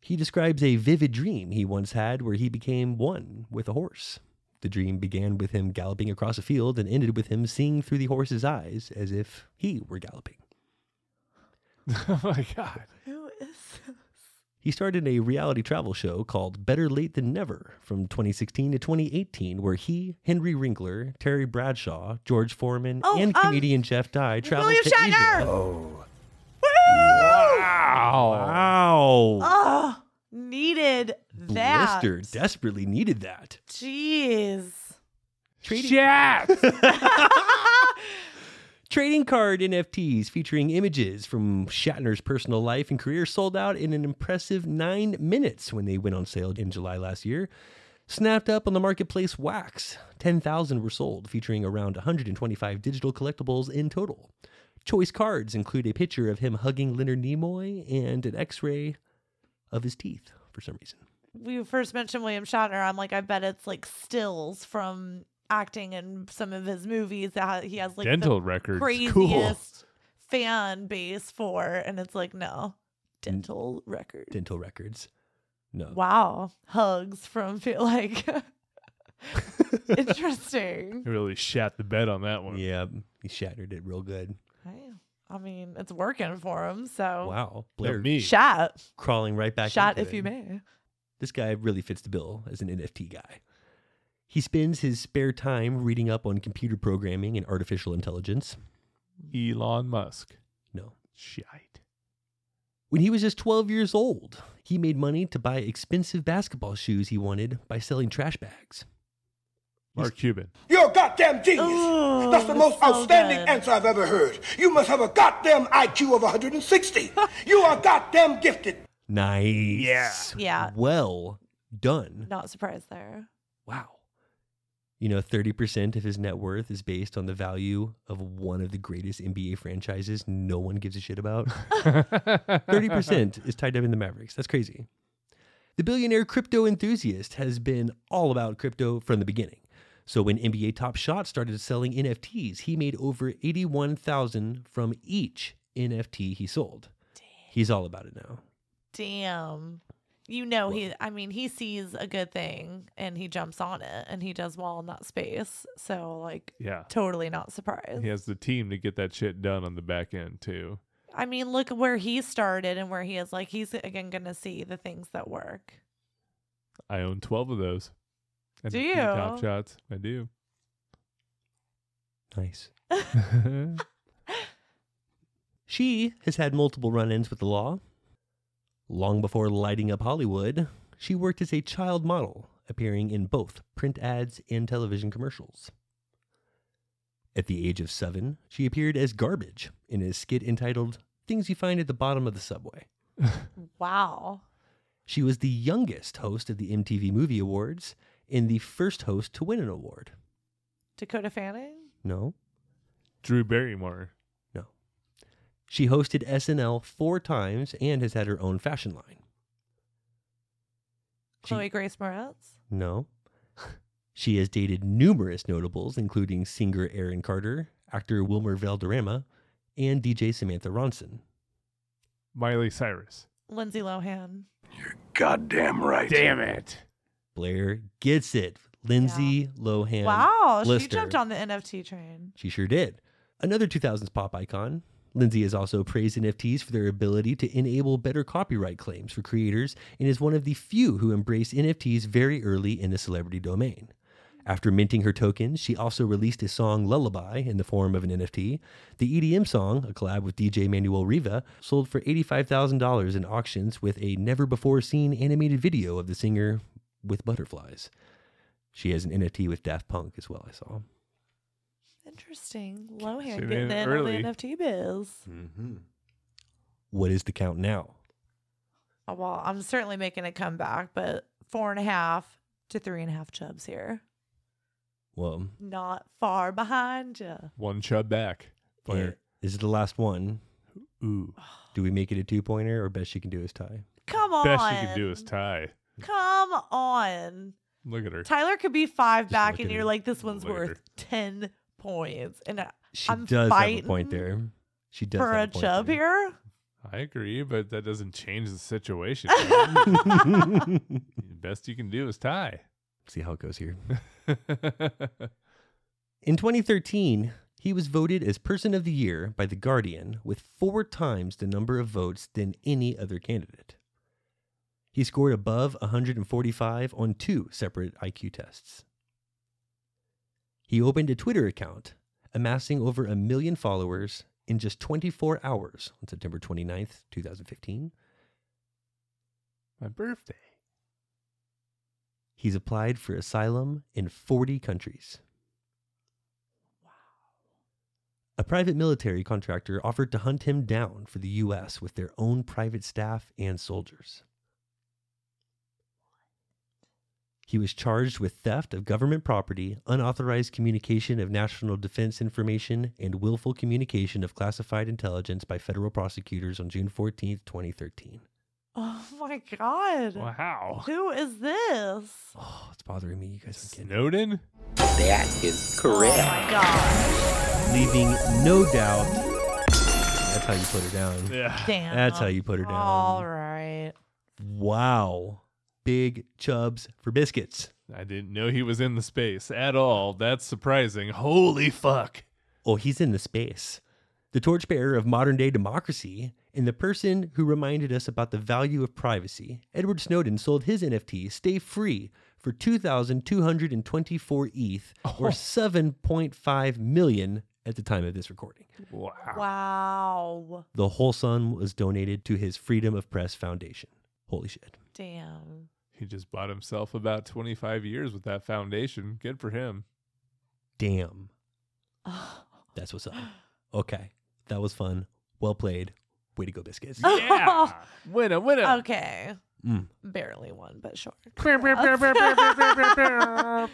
S4: he describes a vivid dream he once had where he became one with a horse. The dream began with him galloping across a field and ended with him seeing through the horse's eyes as if he were galloping.
S5: [laughs] Oh my [laughs] god.
S6: Who is? [laughs]
S4: He started a reality travel show called Better Late Than Never from 2016 to 2018, where he, Henry Winkler, Terry Bradshaw, George Foreman,
S6: Oh,
S4: and
S6: um,
S4: comedian Jeff Dye traveled
S6: William
S4: to
S6: Shatner!
S4: Asia.
S2: Oh.
S5: Oh, Wow.
S4: Wow.
S6: Oh, needed that.
S4: Blister desperately needed
S6: [laughs]
S4: that.
S6: Jeez.
S5: Shit.
S4: [laughs] Trading card NFTs featuring images from Shatner's personal life and career sold out in an impressive nine minutes when they went on sale in July last year. Snapped up on the marketplace Wax, 10,000 were sold, featuring around 125 digital collectibles in total. Choice cards include a picture of him hugging Leonard Nimoy and an x ray of his teeth for some reason.
S6: we first mentioned William Shatner, I'm like, I bet it's like stills from acting in some of his movies that he has like the
S5: Dental records.
S6: craziest
S5: Cool. [laughs]
S6: fan base for, and it's like no dental record.
S4: Dental records. No.
S6: wow, hugs from [laughs]
S5: [laughs]
S6: feel like interesting.
S5: It really shat the bed on that one.
S4: Yeah, he shattered it real good.
S6: Hey, I mean, it's working for him. So
S4: Wow.
S5: Now
S4: Blair
S5: me.
S6: shot,
S4: crawling right back
S6: Oh. shot
S4: into
S6: if
S4: it.
S6: you may.
S4: This guy really fits the bill as an NFT guy. He spends his spare time reading up on computer programming and artificial intelligence.
S5: Elon Musk.
S4: No.
S5: Shite.
S4: When he was just 12 years old, he made money to buy expensive basketball shoes he wanted by selling trash bags.
S5: Mark Cuban. [laughs]
S9: You're a goddamn genius.
S6: Ooh,
S9: That's the most
S6: so
S9: outstanding
S6: good.
S9: answer I've ever heard. You must have a goddamn IQ of 160. you are goddamn gifted.
S4: Nice. Yeah.
S6: Yeah.
S4: Well done.
S6: Not surprised there.
S4: Wow. You know, 30% of his net worth is based on the value of one of the greatest NBA franchises no one gives a shit about. 30% is tied up in the Mavericks. That's crazy. The billionaire crypto enthusiast has been all about crypto from the beginning. So when NBA Top Shot started selling NFTs, he made over 81,000 from each NFT he sold. He's all about it now.
S6: Damn. You know he I mean he sees a good thing and he jumps on it and he does well in that space. So like
S5: Yeah.
S6: totally not surprised.
S5: He has the team to get that shit done on the back end, too.
S6: I mean look at where he started and where he is like he's again going to see the things that work.
S5: I own 12 of those. And
S6: Do
S5: a few Top
S6: you?
S5: shots. I [laughs] do.
S4: Nice. She has had multiple run ins with the law. Long before lighting up Hollywood, she worked as a child model, appearing in both print ads and television commercials. At the age of seven, she appeared as Garbage in a skit entitled Things You Find at the Bottom of the Subway.
S6: Wow.
S4: She was the youngest host of the MTV Movie Awards and the first host to win an award.
S6: Dakota Fanning?
S4: No,
S5: Drew Barrymore.
S4: no. She hosted SNL four times and has had her own fashion line. She-
S6: Chloe Grace Moretz?
S4: No. [laughs] She has dated numerous notables, including singer Aaron Carter, actor Wilmer Valderrama, and DJ Samantha Ronson.
S5: Miley Cyrus.
S6: Lindsay Lohan.
S2: Goddamn right.
S5: it.
S4: Blair gets it. Lindsay Lohan.
S6: wow, she
S4: Lister.
S6: jumped on the NFT train.
S4: She sure did. Another 2000s pop icon. Lindsay has also praised NFTs for their ability to enable better copyright claims for creators and is one of the few who embrace NFTs very early in the celebrity domain. After minting her tokens, she also released a song Lullaby in the form of an NFT. The EDM song, a collab with DJ Manuel Riva, sold for $85,000 in auctions with a never before seen animated video of the singer with butterflies. She has an NFT with Daft Punk as well, I saw.
S6: Interesting. Lohan
S5: She made
S6: getting
S5: it
S6: in
S5: early.
S6: on the NFT biz.
S4: What is the count now?
S6: Oh, Well, I'm certainly making a comeback, but four and a half to three and a half chubs here.
S4: Well,
S6: Not far behind you.
S5: One chub back.
S4: Blair, this is the last one.
S5: Ooh.
S4: Do we make it a two pointer or best you can do is tie?
S6: Come on.
S5: Best you can do is tie.
S6: Come on.
S5: Look at her.
S6: Tyler could be five
S4: Just
S6: back,
S4: look
S6: and
S4: at
S6: you're
S4: her.
S6: like, this one's
S5: Look at
S6: worth 10 points. And uh,
S4: She
S6: I'm
S4: does have a point
S6: fighting
S4: there. She does
S6: for
S4: have
S6: a
S4: point
S6: chub
S4: there.
S6: here? [laughs]
S5: I agree, but that doesn't change the
S6: [laughs]
S5: situation. man. Best you can do is tie.
S4: [laughs]
S6: [laughs]
S4: See how it goes here. In 2013, he was voted as Person of the Year by The Guardian with four times the number of votes than any other candidate. He scored above 145 on two separate IQ tests. He opened a Twitter account, amassing over a million followers in just 24 hours on September 29th, 2015.
S5: My birthday.
S4: He's applied for asylum in 40 countries. A private military contractor offered to hunt him down for the U.S. with their own private staff and soldiers. He was charged with theft of government property, unauthorized communication of national defense information, and willful communication of classified intelligence by federal prosecutors on June 14, 2013.
S6: Oh my god.
S5: Wow.
S6: Who is this?
S4: Oh, it's bothering me. You guys are kidding.
S5: Snowden?
S10: That is correct.
S6: My god.
S4: Leaving no doubt. That's how you put her down.
S5: Yeah.
S6: Damn.
S4: That's how you put her down.
S6: All right.
S4: Wow. Big chubs for biscuits.
S5: I didn't know he was in the space at all. That's surprising. Holy fuck.
S4: Oh, he's in the space. The torchbearer of modern day democracy and the person who reminded us about the value of privacy, Edward Snowden sold his NFT, Stay Free, for 2,224 ETH, E or 7.5 million at the time of this recording.
S5: Wow.
S6: Wow.
S4: The whole sum was donated to his Freedom of Press Foundation. Holy shit.
S6: Damn.
S5: He just bought himself about 25 years with that foundation. Good for him.
S4: Damn.
S6: Oh.
S4: That's what's up. Okay. That was fun. Well played. Way to go, Biscuits.
S6: [laughs]
S5: Yeah. winner, winner.
S6: Oh. Okay.
S4: Mm.
S6: Barely one, but
S5: [laughs]
S6: sure.
S5: Wow.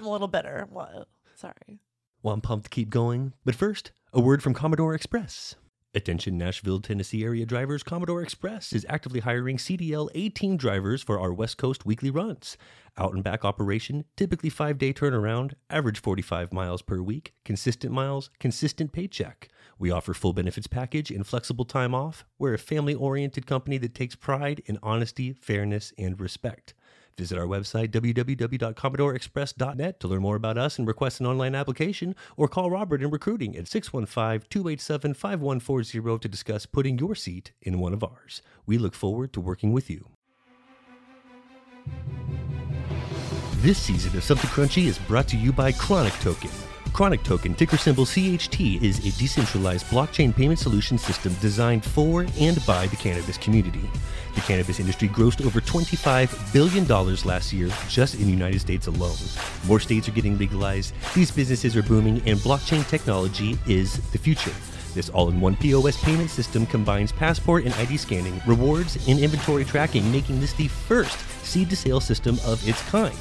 S6: A little bitter. What? Sorry.
S4: Well, I'm pumped to keep going. But first, a word from Commodore Express. Attention Nashville, Tennessee area drivers, Commodore Express is actively hiring CDL A team drivers for our West Coast weekly runs. Out and back operation, typically five day turnaround, average 45 miles per week, consistent miles, consistent paycheck. We offer full benefits package and flexible time off. We're a family oriented company that takes pride in honesty, fairness, and respect. Visit our website, www.commodoreexpress.net, to learn more about us and request an online application, or call Robert in recruiting at 615 287 5140 to discuss putting your seat in one of ours. We look forward to working with you. This season of Something Crunchy is brought to you by Chronic Token. Chronic Token, ticker symbol CHT, is a decentralized blockchain payment solution system designed for and by the cannabis community. The cannabis industry grossed over $25 billion last year just in the United States alone. More states are getting legalized, these businesses are booming, and blockchain technology is the future. This all in one POS payment system combines passport and ID scanning, rewards, and inventory tracking, making this the first seed to sale system of its kind.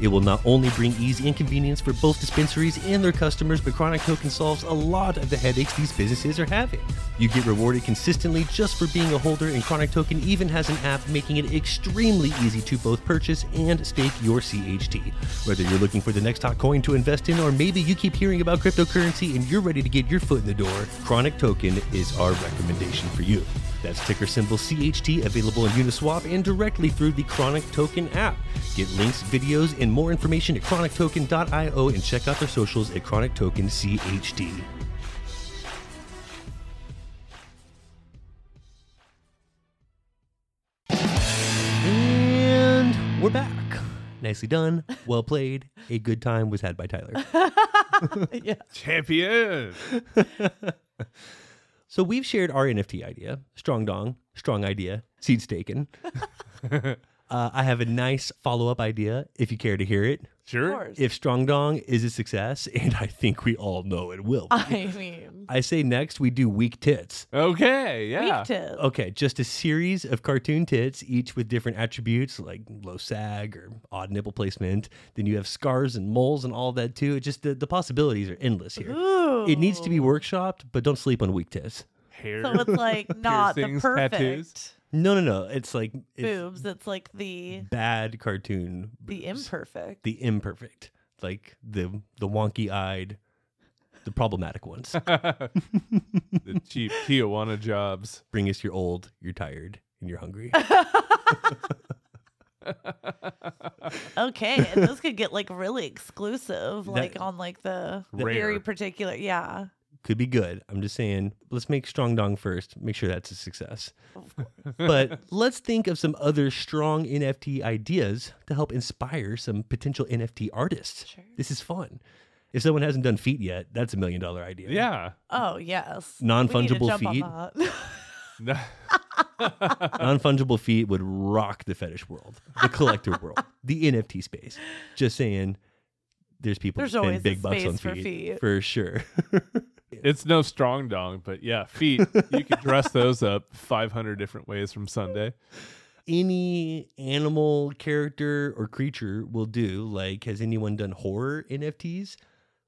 S4: It will not only bring ease and convenience for both dispensaries and their customers, but Chronic Token solves a lot of the headaches these businesses are having. You get rewarded consistently just for being a holder, and Chronic Token even has an app making it extremely easy to both purchase and stake your CHT. Whether you're looking for the next hot coin to invest in, or maybe you keep hearing about cryptocurrency and you're ready to get your foot in the door, Chronic Token is our recommendation for you. That's ticker symbol CHT available in Uniswap and directly through the Chronic Token app. Get links, videos, and more information at chronictoken.io and check out their socials at Chronic Token CHT. And we're back. Nicely done, well played. A good time was had by Tyler.
S6: yeah.
S5: Champion.
S4: So we've shared our NFT idea, strong dong, strong idea, seeds taken. uh, I have a nice follow up idea if you care to hear it.
S6: Of
S5: Sure.
S6: course.
S4: If strong dong is a success, [laughs] and I think we all know it will. be,
S6: [laughs] I mean,
S4: I say next we do weak tits.
S5: Okay. Yeah.
S6: weak tip.
S4: Okay, just a series of cartoon tits, each with different attributes like low sag or odd nipple placement. Then you have scars and moles and all that too. It just the, the possibilities are endless here. Oh, It needs to be workshopped, but don't sleep on weak tits.
S5: Hair.
S6: So
S5: [laughs]
S6: it's like not the
S5: piercings,
S6: perfect
S5: tattoos.
S4: No, no, no. It's like it's
S6: boobs. It's like the
S4: bad cartoon.
S6: the
S4: boobs.
S6: imperfect.
S4: the imperfect, like the the wonky eyed, the problematic ones.
S5: the cheap Tijuana jobs.
S4: Bring us your old, you're tired, and you're hungry.
S6: okay, and those could get like really exclusive, like on like the
S5: Rare.
S6: very particular. Yeah,
S4: Could be good. I'm just saying, let's make strong dong first. Make sure that's a success. but let's think of some other strong NFT ideas to help inspire some potential NFT artists.
S6: sure.
S4: This is fun. If someone hasn't done feet yet, that's a million dollar idea.
S5: Yeah.
S6: Oh yes, We need to
S4: Non-fungible
S6: jump on
S4: feet.
S6: that. [laughs]
S4: Non fungible feet would rock the fetish world, the
S6: [laughs]
S4: collector world, the NFT space. Just saying, there's people
S6: There's
S4: that spend
S6: always a
S4: big bucks
S6: space
S4: on
S6: for feet.
S4: for sure.
S5: [laughs]
S4: [laughs]
S5: It's no strong dong, but yeah, feet. you could dress those up 500 different ways from Sunday.
S4: Any animal character or creature will do. Like, has anyone done horror NFTs?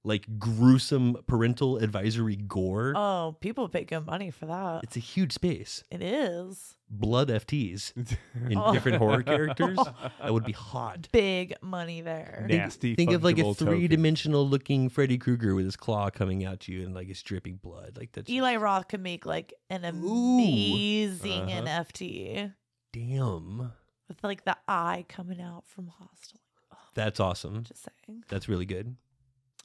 S4: Like gruesome parental advisory gore?
S6: Oh, people pay good money for that.
S4: it's a huge space.
S6: It is
S4: Blood FTs in
S6: Oh.
S5: [laughs]
S4: different horror
S6: [laughs]
S4: characters. That would be
S6: uh,
S4: hot.
S6: big money there.
S5: Yeah. Nasty
S4: Think of like a
S5: fungible token.
S4: three-dimensional looking Freddy Krueger with his claw coming out to you and like it's dripping blood. Like that's
S6: Eli Roth could make like an
S4: Ooh.
S6: amazing
S5: Uh-huh.
S6: NFT
S4: damn.
S6: with like the eye coming out from Hostel. Oh,
S4: That's awesome.
S6: just saying.
S4: That's really good.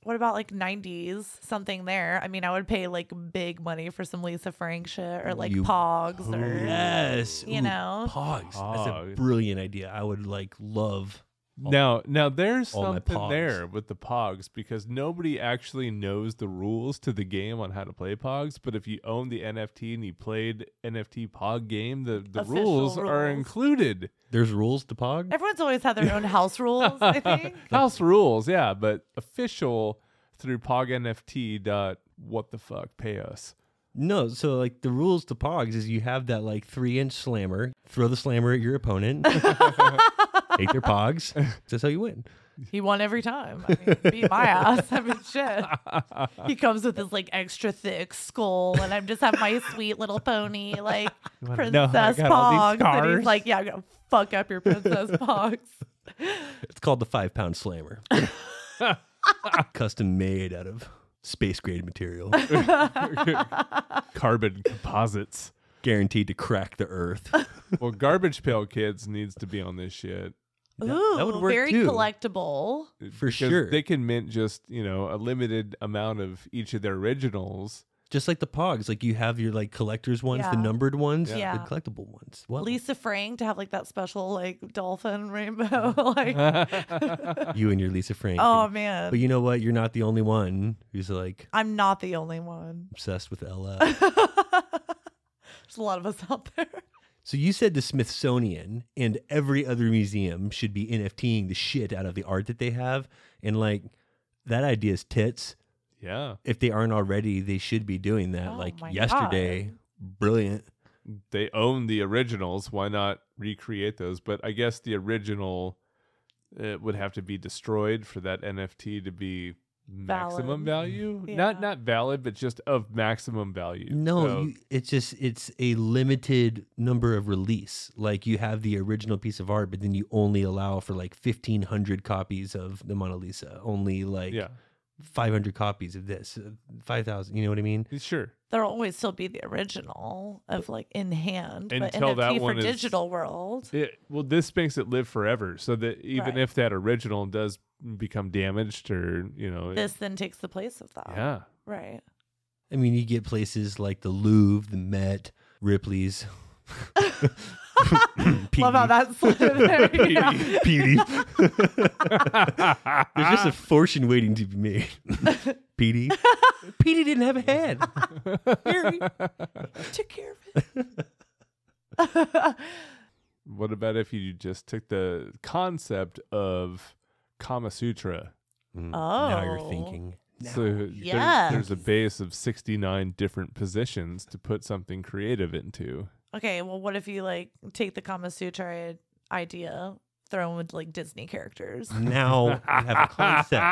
S6: What about like '90s something there? I mean, I would pay like big money for some Lisa Frank shit or like
S4: You-
S6: Pogs
S5: Oh,
S6: or
S4: yes,
S6: you
S4: Ooh,
S6: know.
S4: Pogs. That's a
S5: Pogs.
S4: brilliant idea. I would like love. all-
S5: Now, now there's
S4: all my
S5: something
S4: pogs.
S5: there with the pogs because nobody actually knows the rules to the game on how to play pogs. But if you own the NFT and you played NFT pog game, the, the
S6: Official
S5: rules, are
S6: rules.
S5: included.
S4: There's rules to Pog.
S6: Everyone's always had
S5: [laughs]
S6: their own house rules. [laughs] I think.
S5: House rules, yeah, but official through pog NFT dot what the fuck pay us.
S4: No, so like the rules to Pogs is you have that like three-inch slammer. Throw the slammer at your
S6: [laughs]
S4: opponent. Take their Pogs. That's how you win.
S6: He won every time. I mean, beat my ass. I mean, shit. He comes with his like extra thick skull, and I'm just have my sweet little pony, like
S5: wanna know how I
S6: princess
S5: got all
S6: pogs.
S5: these
S6: And
S5: scars?
S6: he's like, yeah, I'm gonna fuck up your
S5: [laughs]
S6: princess pogs.
S4: It's called the five pound [laughs] slammer. Custom made out of space grade material,
S5: Carbon composites.
S4: guaranteed to crack the
S6: [laughs]
S4: earth.
S5: Well, garbage pail kids needs to be on this shit.
S6: Ooh,
S4: that would work,
S6: very
S4: too.
S6: collectible.
S4: For
S5: because
S4: sure.
S5: They can mint just, you know, a limited amount of each of their
S6: [laughs]
S5: originals.
S4: Just like the Pogs, like you have your like collectors ones, the
S6: Yeah.
S4: numbered ones,
S6: Yeah.
S4: the collectible ones. Well,
S6: Lisa Frank to have like that special like dolphin rainbow. [laughs] like,
S4: you and your Lisa Frank.
S6: oh
S4: and-
S6: man,
S4: But you know what? You're not the only one who's like
S6: I'm not the only one. [laughs]
S4: obsessed with LF.
S6: There's a lot of us out there.
S4: so you said the Smithsonian and every other museum should be NFTing the shit out of the art that they have, and like that idea is tits.
S5: [laughs] Yeah.
S4: if they aren't already, they should be doing that.
S6: Oh
S4: like
S6: my
S4: yesterday,
S6: God.
S4: brilliant.
S5: They own the originals. Why not recreate those? But I guess the original uh would have to be destroyed for that NFT to be maximum
S6: Valid.
S5: value.
S6: Yeah.
S5: Not not valid, but just of maximum value.
S4: No,
S5: So-
S4: you, it's just it's a limited number of release. Like you have the original piece of art, but then you only allow for like fifteen hundred copies of the Mona Lisa. Only like
S5: yeah,
S4: five hundred copies of this, five thousand. You know what I mean?
S5: sure.
S6: There'll always still be the original of like in hand, but
S5: Until
S6: NFT
S5: that
S6: for
S5: one is-
S6: digital world.
S5: It, well, this makes it live forever, so that even
S6: Right.
S5: if that original does become damaged or you know, it-
S6: This then takes the place of that.
S5: yeah,
S6: Right.
S4: I mean, you get places like the Louvre, the Met, Ripley's. E.
S6: Love
S5: E.
S4: [laughs]
S6: how
S5: [laughs]
S6: that E. slid in there. [laughs] yeah.
S4: Petey. E. [laughs] There's
S5: Ah.
S4: [laughs] just a fortune waiting to be
S6: [laughs]
S4: made. Petey. Petey E didn't have a head.
S6: Mary
S5: E.
S6: took care of
S5: [laughs]
S6: it.
S5: What about if you just took the concept of Kama Sutra?
S4: Mm, Now
S6: Oh.
S4: you're thinking. Now
S5: so there-
S6: Yes.
S5: there's a base of 69 different positions to put something creative into.
S6: okay, well, what if you like take the Kama Sutra idea, throw in with like Disney characters?
S5: Mm.
S4: now
S5: [laughs]
S4: you have a concept.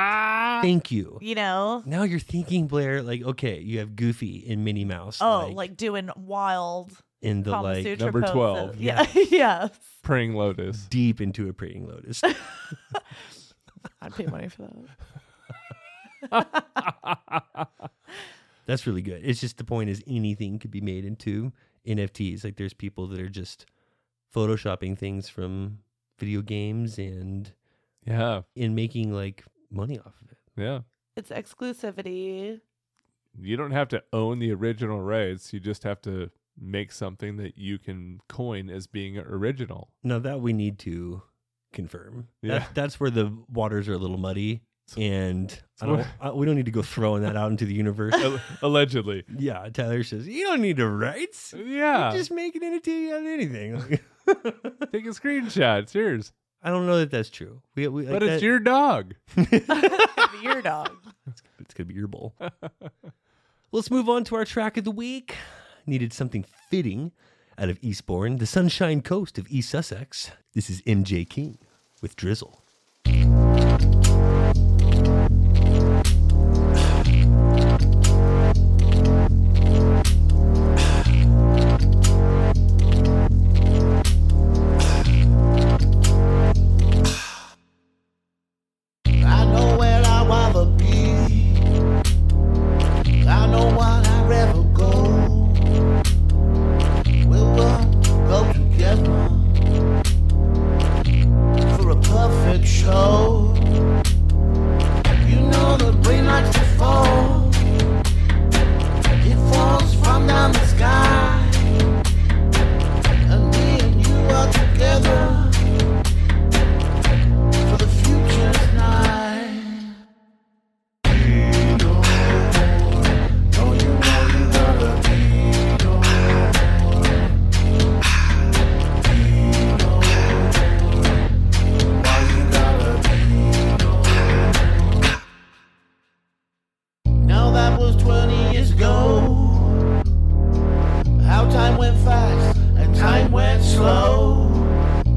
S4: Thank you.
S6: You know?
S4: Now you're thinking, Blair, like, okay, you have Goofy and Minnie Mouse.
S6: Oh, like, doing wild
S4: in the
S6: Kama
S4: like
S6: Sutra
S5: number
S6: poses.
S5: 12.
S6: Yeah. [laughs] yes.
S5: Praying
S4: [laughs]
S5: Lotus.
S4: deep into a praying lotus.
S6: I'd pay money for that.
S4: That's really good. It's just the point is anything could be made into NFTs. Like there's people that are just photoshopping things from video games and
S5: Yeah.
S4: and making like money off of it.
S5: Yeah.
S6: It's exclusivity.
S5: You don't have to own the original rights. You just have to make something that you can coin as being original.
S4: Now that we need to confirm.
S5: Yeah.
S4: That, that's where the waters are a little muddy, and I
S5: So-
S4: don't, I, we don't need to go throwing that out into the universe.
S5: [laughs] Al- Allegedly.
S4: yeah, Tyler says you don't need the rights.
S5: Yeah.
S4: Just make an NFT out
S5: [laughs]
S4: of anything.
S5: Take a screenshot. It's yours.
S4: [laughs] I don't know that that's true. We, we, like,
S5: but it's
S4: that-
S5: your dog.
S6: Your dog.
S5: [laughs]
S4: It's gonna be your bowl. Let's move on to our track of the week. Needed something fitting out of Eastbourne, the sunshine coast of East Sussex. This is MJ King with Drizzle.
S11: I know where I wanna be. I know what I rather go. We will go together for a perfect show. You know the rain likes to fall. It falls from down the sky, and me and you are together for the future's night. Now that was 20 years ago. How time went fast and time went slow.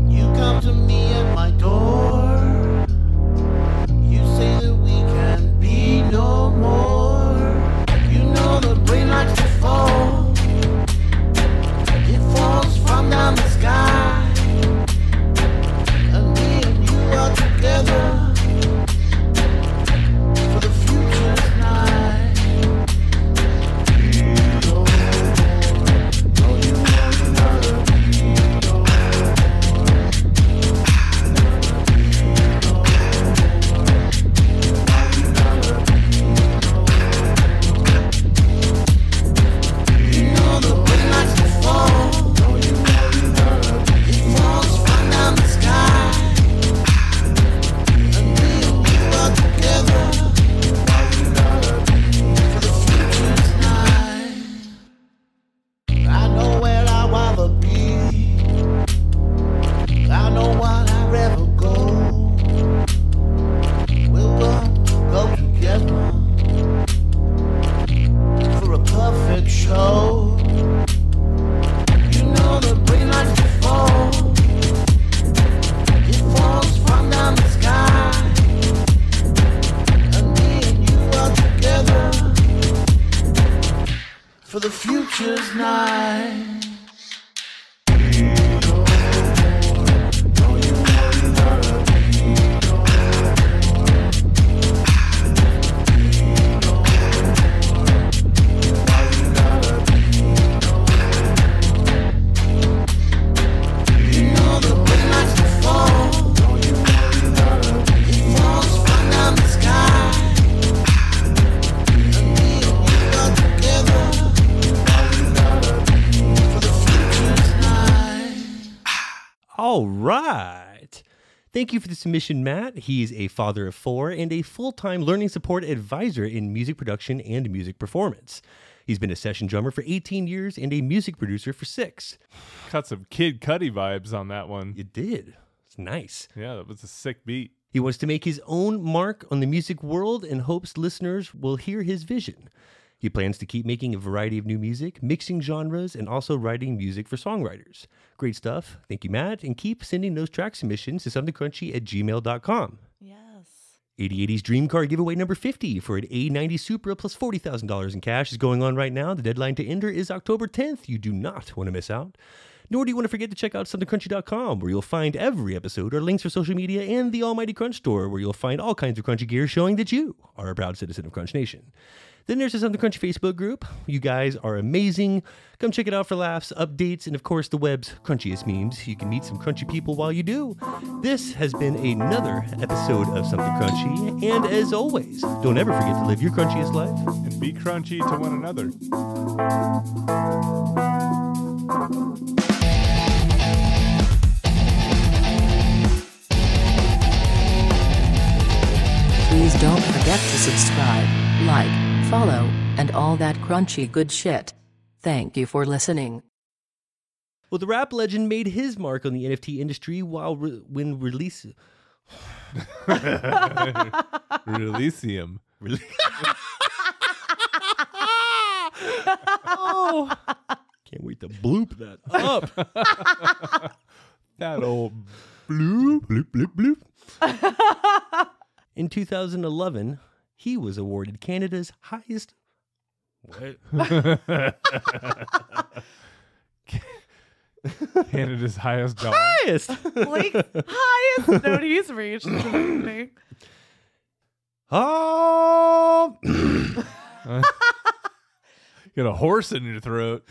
S11: You come to me at my door. You say that we can be no more. You know the rain likes to fall. It falls from down the sky. And me and you are together. For the future's night. I know where I wanna be. I know what I rather go. We will go together for a perfect show. You know the rain likes to fall. It falls from down the sky, and me and you are together for the future's night.
S4: All right. Thank you for the submission, Matt. He is a father of four and a full time learning support advisor in music production and music performance. He's been a session drummer for 18 years and a music producer for six.
S5: Cut some Kid Cudi vibes on that one.
S4: You did. It's nice.
S5: Yeah, that was a sick beat.
S4: He wants to make his own mark on the music world and hopes listeners will hear his vision. He plans to keep making a variety of new music, mixing genres, and also writing music for songwriters. Great stuff. Thank you, Matt. And keep sending those track submissions to somethingcrunchy at gmail.com.
S6: Yes.
S4: 8080's Dream Car giveaway number 50 for an A90 Supra plus $40,000 in cash is going on right now. The deadline to enter is October 10th. You do not want to miss out. Nor do you want to forget to check out somethingcrunchy.com where you'll find every episode, our links for social media, and the Almighty Crunch Store where you'll find all kinds of crunchy gear showing that you are a proud citizen of Crunch Nation. Then there's the Something Crunchy Facebook group. You guys are amazing. Come check it out for laughs, updates, and of course the web's crunchiest memes. You can meet some crunchy people while you do. This has been another episode of Something Crunchy, and as always, don't ever forget to live your crunchiest life.
S5: And be crunchy to one
S4: [laughs]
S5: another.
S12: Please don't forget to subscribe, like, follow, and all that crunchy good shit. Thank you for listening.
S4: Well, the rap legend made his mark on the NFT industry while re- when release.
S5: Releasium.
S6: oh.
S4: [laughs] Can't wait to bloop that up.
S5: that old
S4: bloop, bloop, bloop, bloop. [laughs] In 2011, he was awarded Canada's highest. What? [laughs]
S5: [laughs] Canada's highest dollar.
S6: [laughs]
S4: highest! [laughs]
S6: Blake's highest note he's reached. It's amazing.
S4: Oh!
S5: Got a horse in your throat.